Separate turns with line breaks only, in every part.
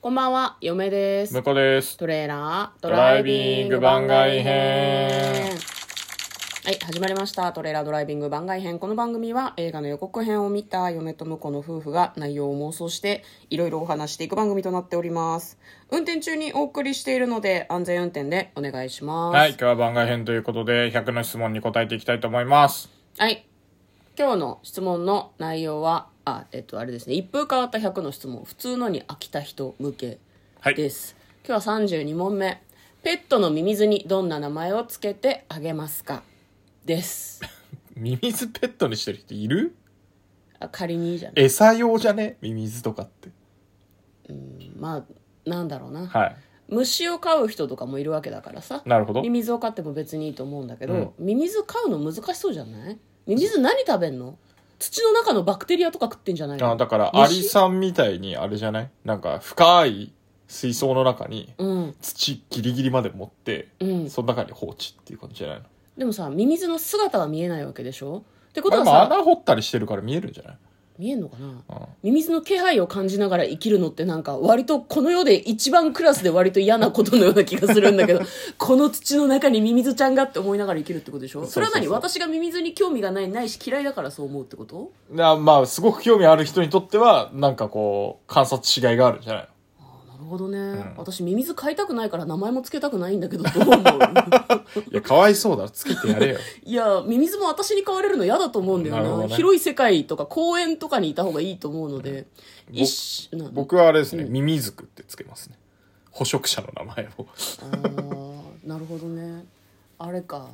こんばんは、嫁です。
向こうです。
トレーラード
ライビング番外編。
はい、始まりました。トレーラードライビング番外編。この番組は映画の予告編を見た嫁と婿の夫婦が内容を妄想していろいろお話していく番組となっております。運転中にお送りしているので安全運転でお願いします。
はい、今日は番外編ということで、100の質問に答えていきたいと思います。
はい。今日の質問の内容は、あ、えっと、あれですね。一風変わった100の質問。普通のに飽きた人向け
はい
です。今日は32問目。ペットのミミズにどんな名前をつけてあげますかです。
ミミズペットにしてる人いる
あ仮にいいじゃん。
餌用じゃねミミズとかって。
まあ、なんだろうな。
はい。
虫を飼う人とかもいるわけだからさ。
なるほど
ミ。ミズを飼っても別にいいと思うんだけど、ミミズ飼うの難しそうじゃないミミズ何食べんの土の中のバクテリアとか食ってんじゃないの
あだから、ア
虫
リさんみたいに、あれじゃないなんか、深い水槽の中に、
うん。
土ギリギリまで持って、
うん。
その中に放置っていう感じじゃないの
でもさミミズの姿は見えないわけでしょってこ
まあ
と
で
は
も
さ
穴掘ったりしてるから見えるんじゃない
見えんのかな
うん
ミミズの気配を感じながら生きるのってなんか割とこの世で一番クラスで割と嫌なことのような気がするん だけどこの土の中にミミズちゃんがって思いながら生きるってことでしょ
そう
そ
そう
れ
そう
は何私がミミズに興味がないないし嫌いだからそう思うってこと
なまあ、すごく興味ある人にとっては、なんかこう、観察しがいがあるんじゃないの
あなるほどね、
ん
私ミミズ飼いたくないから名前も付けたくないんだけどどう思う
いや、かわいそうだろ。つけてやれよ。
いやミミズも私に飼われるの嫌だと思うんだよ
なる
な
ほどね
広い世界とか公園とかにいた方がいいと思うので、一緒な
僕はあれですね、ミミズクってつけますね捕食者の名前を
あーなるほどねあれか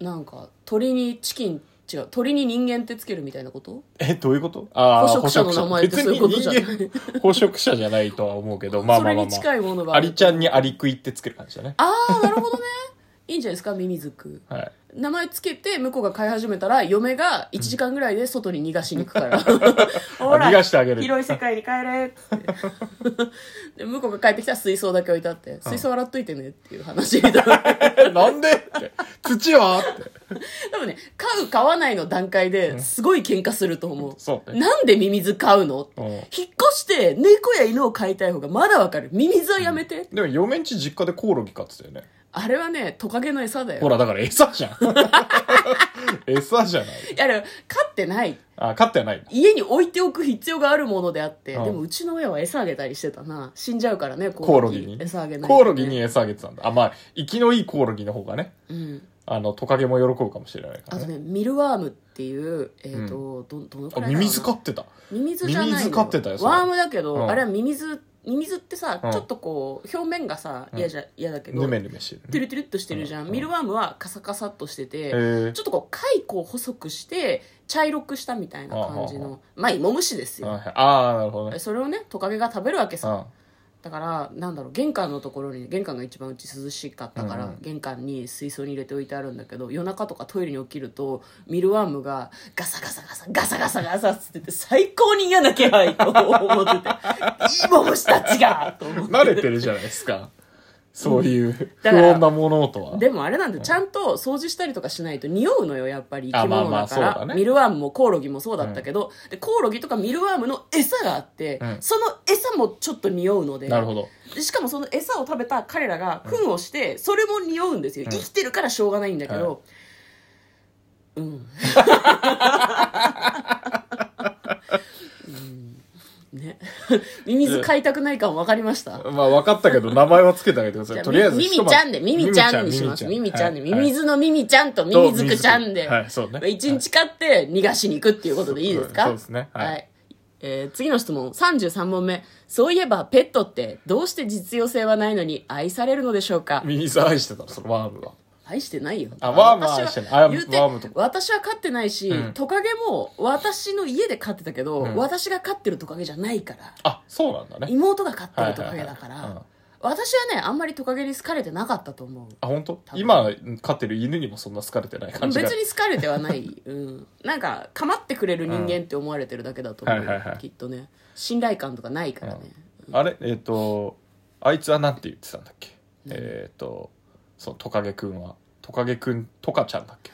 なんか鳥にチキン違う鳥に人間ってつけるみたいなこと
えどういうことあー
捕食者の名前って
捕
そう
食者
いうことじゃない
別に人間捕食者じゃないとは思 うけどまあまあまあ、
それに近いものが
まあ、
あ
ア
る
リちゃんにアリクイってつける感じだね
ああなるほどね いいんじゃないですかミミズク
はい
名前つけて向こうが飼い始めたら嫁が1時間ぐらいで外に逃がしに行くから ほら
逃がしてあげる
広い世界に帰れっつってで向こうが帰ってきたら水槽だけ置いてあって水槽洗っといてねっていう話
えなんでって土はって
多分ね飼う飼わないの段階ですごい喧嘩すると思う
そうね
なんでミミズ飼うのって
うん
引っ越して猫や犬を飼いたい方がまだわかるミミズはやめて、
でも嫁んち実家でコオロギ飼ってたよね
あれはねトカゲの餌だよ
ほらだから 餌じゃん餌じゃない
いやでも飼ってない
あ飼ってはないんだ
家に置いておく必要があるものであって、
うん
でもうちの親は餌あげたりしてたな死んじゃうからね
コオロギに
餌あげないとね
コオロギに餌あげてたんだあまあ生きのいいコオロギの方がね
うん
あのトカゲも喜ぶかもしれないか
あ
ら
と
ね
ねミルワームっていうえっ、と、どどのくらいだろう
あ
な
ミミズ飼ってた
ミミズじゃないの
ミミズ飼ってたよそれ
ワームだけど、
うん
あれはミミズミミズってさ、
うん
ちょっとこう表面がさ嫌じゃ嫌だけど、
ぬめぬめしてるね
トゥルトゥルっとしてるじゃん、
うん
ミルワームはカサカサっとしてて、
へー
ちょっとこう蚕を細くして茶色くしたみたいな感じ
あは
のまあ芋虫ですよ、
はいああ、なるほどね。
それをねトカゲが食べるわけさ、
あ
だからなんだろう玄関のところに玄関が一番うち涼しかったから、
うんうん
玄関に水槽に入れておいてあるんだけど夜中とかトイレに起きるとミルワームがガサガサガサガサガサガサっつってて最高に嫌な気配と 思ってていいも虫たちがと思って
慣れてるじゃないですか。そういう不
だから
穏なものとは。
でもあれなんだよちゃんと掃除したりとかしないと匂うのよやっぱり生き
あ
物
ま
だ
あまあ
か
そう
ら
だね
ミルワームもコオロギもそうだったけど、でコオロギとかミルワームの餌があって、
うん
その餌もちょっと匂うので
なるほど。
でしかもその餌を食べた彼らが糞をして、それも匂うんですよ、生きてるからしょうがないんだけど、うん、 うんね ミミズ飼いたくない感分かりました、
まあ分かったけど、名前はつけてあげてくださ
じゃあ
い。とりあえず
ミ
一
ミ
晩。
ちゃんで、ミミちゃんにします。ミミちゃんで、ミミズのミミちゃんとミミズクちゃんで、
はいそうね
一日飼って逃がしに行くっていうことでいいですか
そうですねはい
えー次の質問、33問目。そういえば、ペットってどうして実用性はないのに愛されるのでしょうか
ミミズ愛してたの、そのワームは。
愛してないよ。
あワームは愛してない
私は
あ
言うて
ワームとか
私は飼ってないし、
うん
トカゲも私の家で飼ってたけど、
うん
私が飼ってるトカゲじゃないから。
あ、そうなんだね。
妹が飼ってるトカゲだか
はいはいはいうん
ら、私はね、あんまりトカゲに好かれてなかったと思う。
あ、本当
分
今飼ってる犬にもそんな好かれてない感じが。
別に好かれてはない、うん、なんか構ってくれる人間って思われてるだけだと思う、
はいはいはい
きっとね信頼感とかないからね、
あれえっ、と、あいつはなんて言ってたんだっけえっ、と、そのトカゲくんは。トカゲくん、トカちゃんだっけ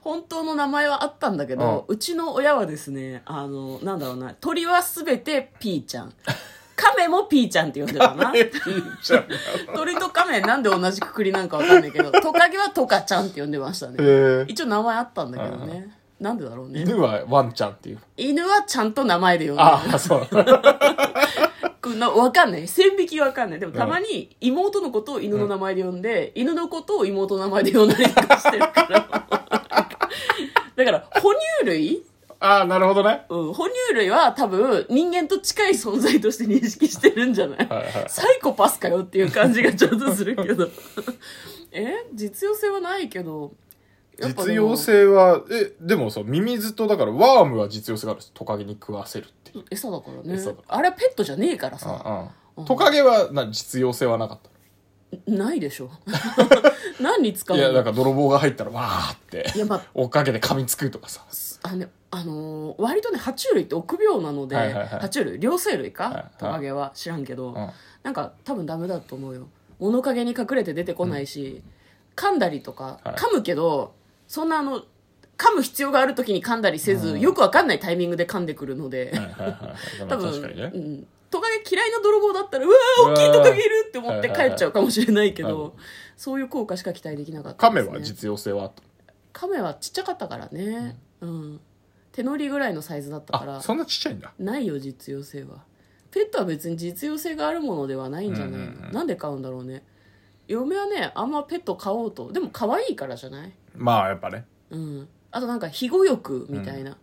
本当の名前はあったんだけど、うちの親はですねあのなんだろうな鳥は全てピーちゃん亀メもピーちゃんって呼んでたな
えいいじゃん。
鳥とカメなんで同じくくりなんかわかんないけどトカゲはトカちゃんって呼んでましたね、
えー、
一応名前あったんだけどね、なんでだろうね
犬はワンちゃんっていう。
犬はちゃんと名前で呼んで
ああ、そう。
こんなわかんない線引きわかんないでもたまに妹のことを犬の名前で呼んで、犬のことを妹の名前で呼んだりとかしてるから だから哺乳類
ああ、なるほどね。
うん、哺乳類は多分人間と近い存在として認識してるんじゃない
はいはい
サイコパスかよっていう感じがちょっとするけど え実用性はないけどやっぱ
実
でも
用性は、え、でもさ、ミミズとだからワームは実用性があるんですトカゲに食わせるっていう。
餌だからね
餌だか
あれはペットじゃねえからさ
うんうん、トカゲはな実用性はなかっ
ないでしょ 何に使
た。
う
い
の
や、なんか泥棒が入ったらわ ーって
い、やまあ
追っかけて噛みつくとかさ。
あの、あのー割とね、爬虫類って臆病なので、
はいはいはい
爬虫類、両生類か、
いはい
トカゲは知らんけど、
うん
なんか多分ダメだと思うよ。物陰に隠れて出てこないし、噛んだりとか、
はい
噛むけど、そんなあの、噛む必要がある時に噛んだりせず、よくわかんないタイミングで噛んでくるので、
はいはいはいは い
多分、
確かにね
う。ん、トカゲ嫌いな泥棒だったら、うわー、大きいトカゲいるって思って帰っちゃうかもしれないけ
はいはいは
ど、そういう効果しか期待できなかった
カ
で
メ
すね
は実用性はあった
カメはちっちゃかったからね、うん手乗りぐらいのサイズだったか
あ
ら
そんなちっちゃいんだ
ないよ実用性はペットは別に実用性があるものではないんじゃないの、
うんうんうん
なんで買うんだろうね嫁はねあんまペット飼おうとでも可愛いからじゃない
まあやっぱね
うんあとなんか庇護欲みたいな、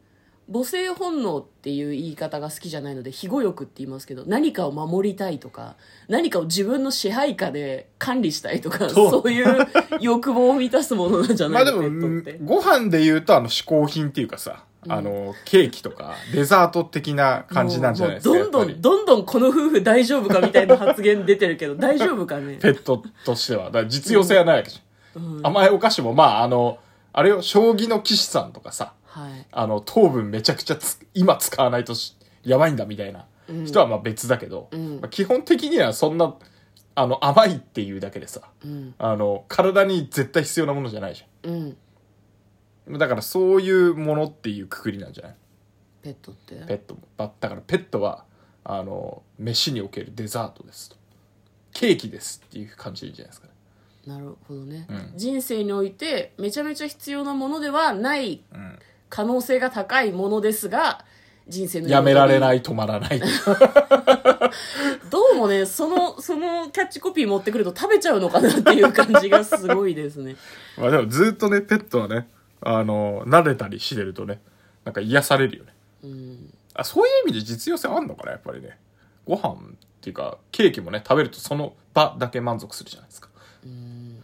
母性本能っていう言い方が好きじゃないので庇護欲って言いますけど何かを守りたいとか何かを自分の支配下で管理したいとか
そう
そういう欲望を満たすものなんじゃ
ま
な
あ
いの、ペ
でも
ットって
ご飯で言うとあの嗜好品っていうかさ、あのケーキとかデザート的な感じなんじゃないですか
もうもうどんどん
やっぱり
どんどんこの夫婦大丈夫かみたいな発言出てるけど 大丈夫か ね
ペットとしてはだから実用性はないわけじゃん、甘いお菓子もまああのあれよ将棋の棋士さんとかさ
はい
あの糖分めちゃくちゃつ今使わないとしやばいんだみたいな人はまあ別だけど、
ん
まあ基本的にはそんなあの甘いっていうだけでさ
うん
あの体に絶対必要なものじゃないじゃん
うん
だからそういうものっていうくくりなんじゃない
ペットって
ペットもばだからペットはあの飯におけるデザートですとケーキですっていう感じでいいんじゃないですかね
なるほどね、
うん
人生においてめちゃめちゃ必要なものではない
うん
可能性が高いものですが人生の
やめられ
い
ない止まらない
どうもねそのそのキャッチコピー持ってくると食べちゃうのかなっていう感じがすごいですね
まあでもずっとねペットはねあの慣れたりしてるとねなんか癒されるよね
うん
あそういう意味で実用性あんのかなやっぱりねご飯っていうかケーキもね食べるとその場だけ満足するじゃないですか
うん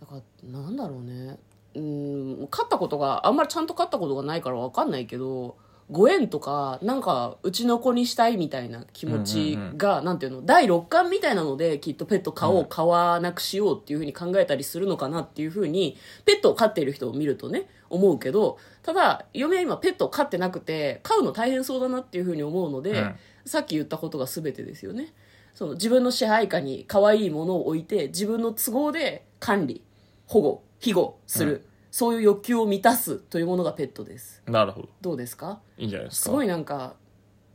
だからなんだろうねうん勝ったことがあんまりちゃんと勝ったことがないから分かんないけどご縁とかなんかうちの子にしたいみたいな気持ちが、なんていうの第六感みたいなのできっとペット飼おう、
うん
飼わなくしようっていうふうに考えたりするのかなっていうふうにペットを飼っている人を見るとね思うけどただ嫁は今ペットを飼ってなくて飼うの大変そうだなっていうふうに思うので、
うん
さっき言ったことが全てですよねその自分の支配下に可愛いものを置いて自分の都合で管理保護庇護する、
うん
そういう欲求を満たすというものがペットです
なるほど
どうですか
いいんじゃないですか
すごいなんか、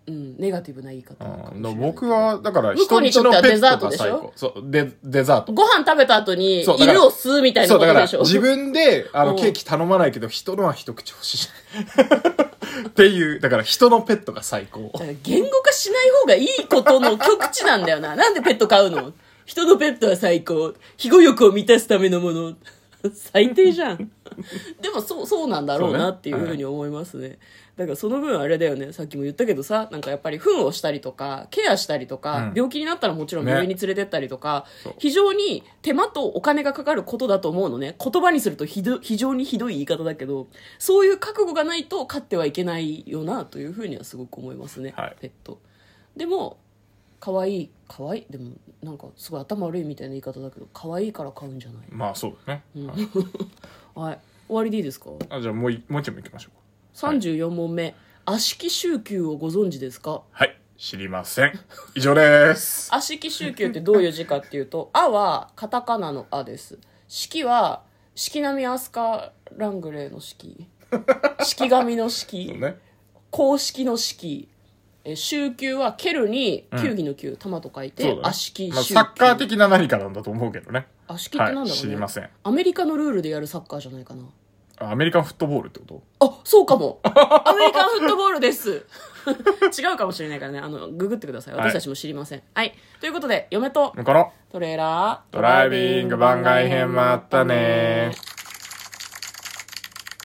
うん、ネガティブな言い方かもしれ
う、
なんい
僕はだから
向こ
人
うんにと
ち
って
の
は
ペ
デザ
ッ
ー
ト
ト
が
でし
最
ょ
高そうデデザート
ご飯食べた後に
そうだから
犬を吸うみたいな
そう
こ
だか
と
ら
でしょ
自分であの
うん
ケーキ頼まないけど人のは一口欲しいじゃんっていうだから人のペットが最高
だから言語化しない方がいいことの極致なんだよな。 なんでペット飼うの人のペットは最高。庇護欲を満たすためのもの。 最低じゃん。でもそう、そうなんだろうなっていうふうに思いますね。だからその分あれだよね。さっきも言ったけどさ、なんかやっぱり糞をしたりとか、ケアしたりとか、
うん
病気になったらもちろん
ね
病院に連れてったりとか、
そう
非常に手間とお金がかかることだと思うのね。言葉にするとひど非常にひどい言い方だけど、そういう覚悟がないと飼ってはいけないよなというふうにはすごく思いますね。
はい
ペットでも可愛い可愛いでもなんかすごい頭悪いみたいな言い方だけど可愛いから買うんじゃない
まあそうだね、はい
はい終わりでいいですか
あじゃあもういもう一問いきましょうか
34問目、悪しき宗教をご存知ですか
はい知りません以上です
悪しき宗教ってどういう字かっていうと「 あ」はカタカナの「あ」です「式」は式並みアスカラング レーの式式神の式
そうね
公式の式えー週休は蹴るに球技の球、玉と書い
そうだ
て
ね
足球、
まあ、
週
サッカー
球
的な何かなんだと思うけどね
足球ってなんだろうね、
はい、知りません
アメリカのルールでやるサッカーじゃないかな
あアメリカンフットボールってこと
あそうか もアメリカンフットボールです 違うかもしれないからねあのググってください
はい
私たちも知りませんはい、ということで嫁と
この
トレーラー
ドライビング番外編もあったね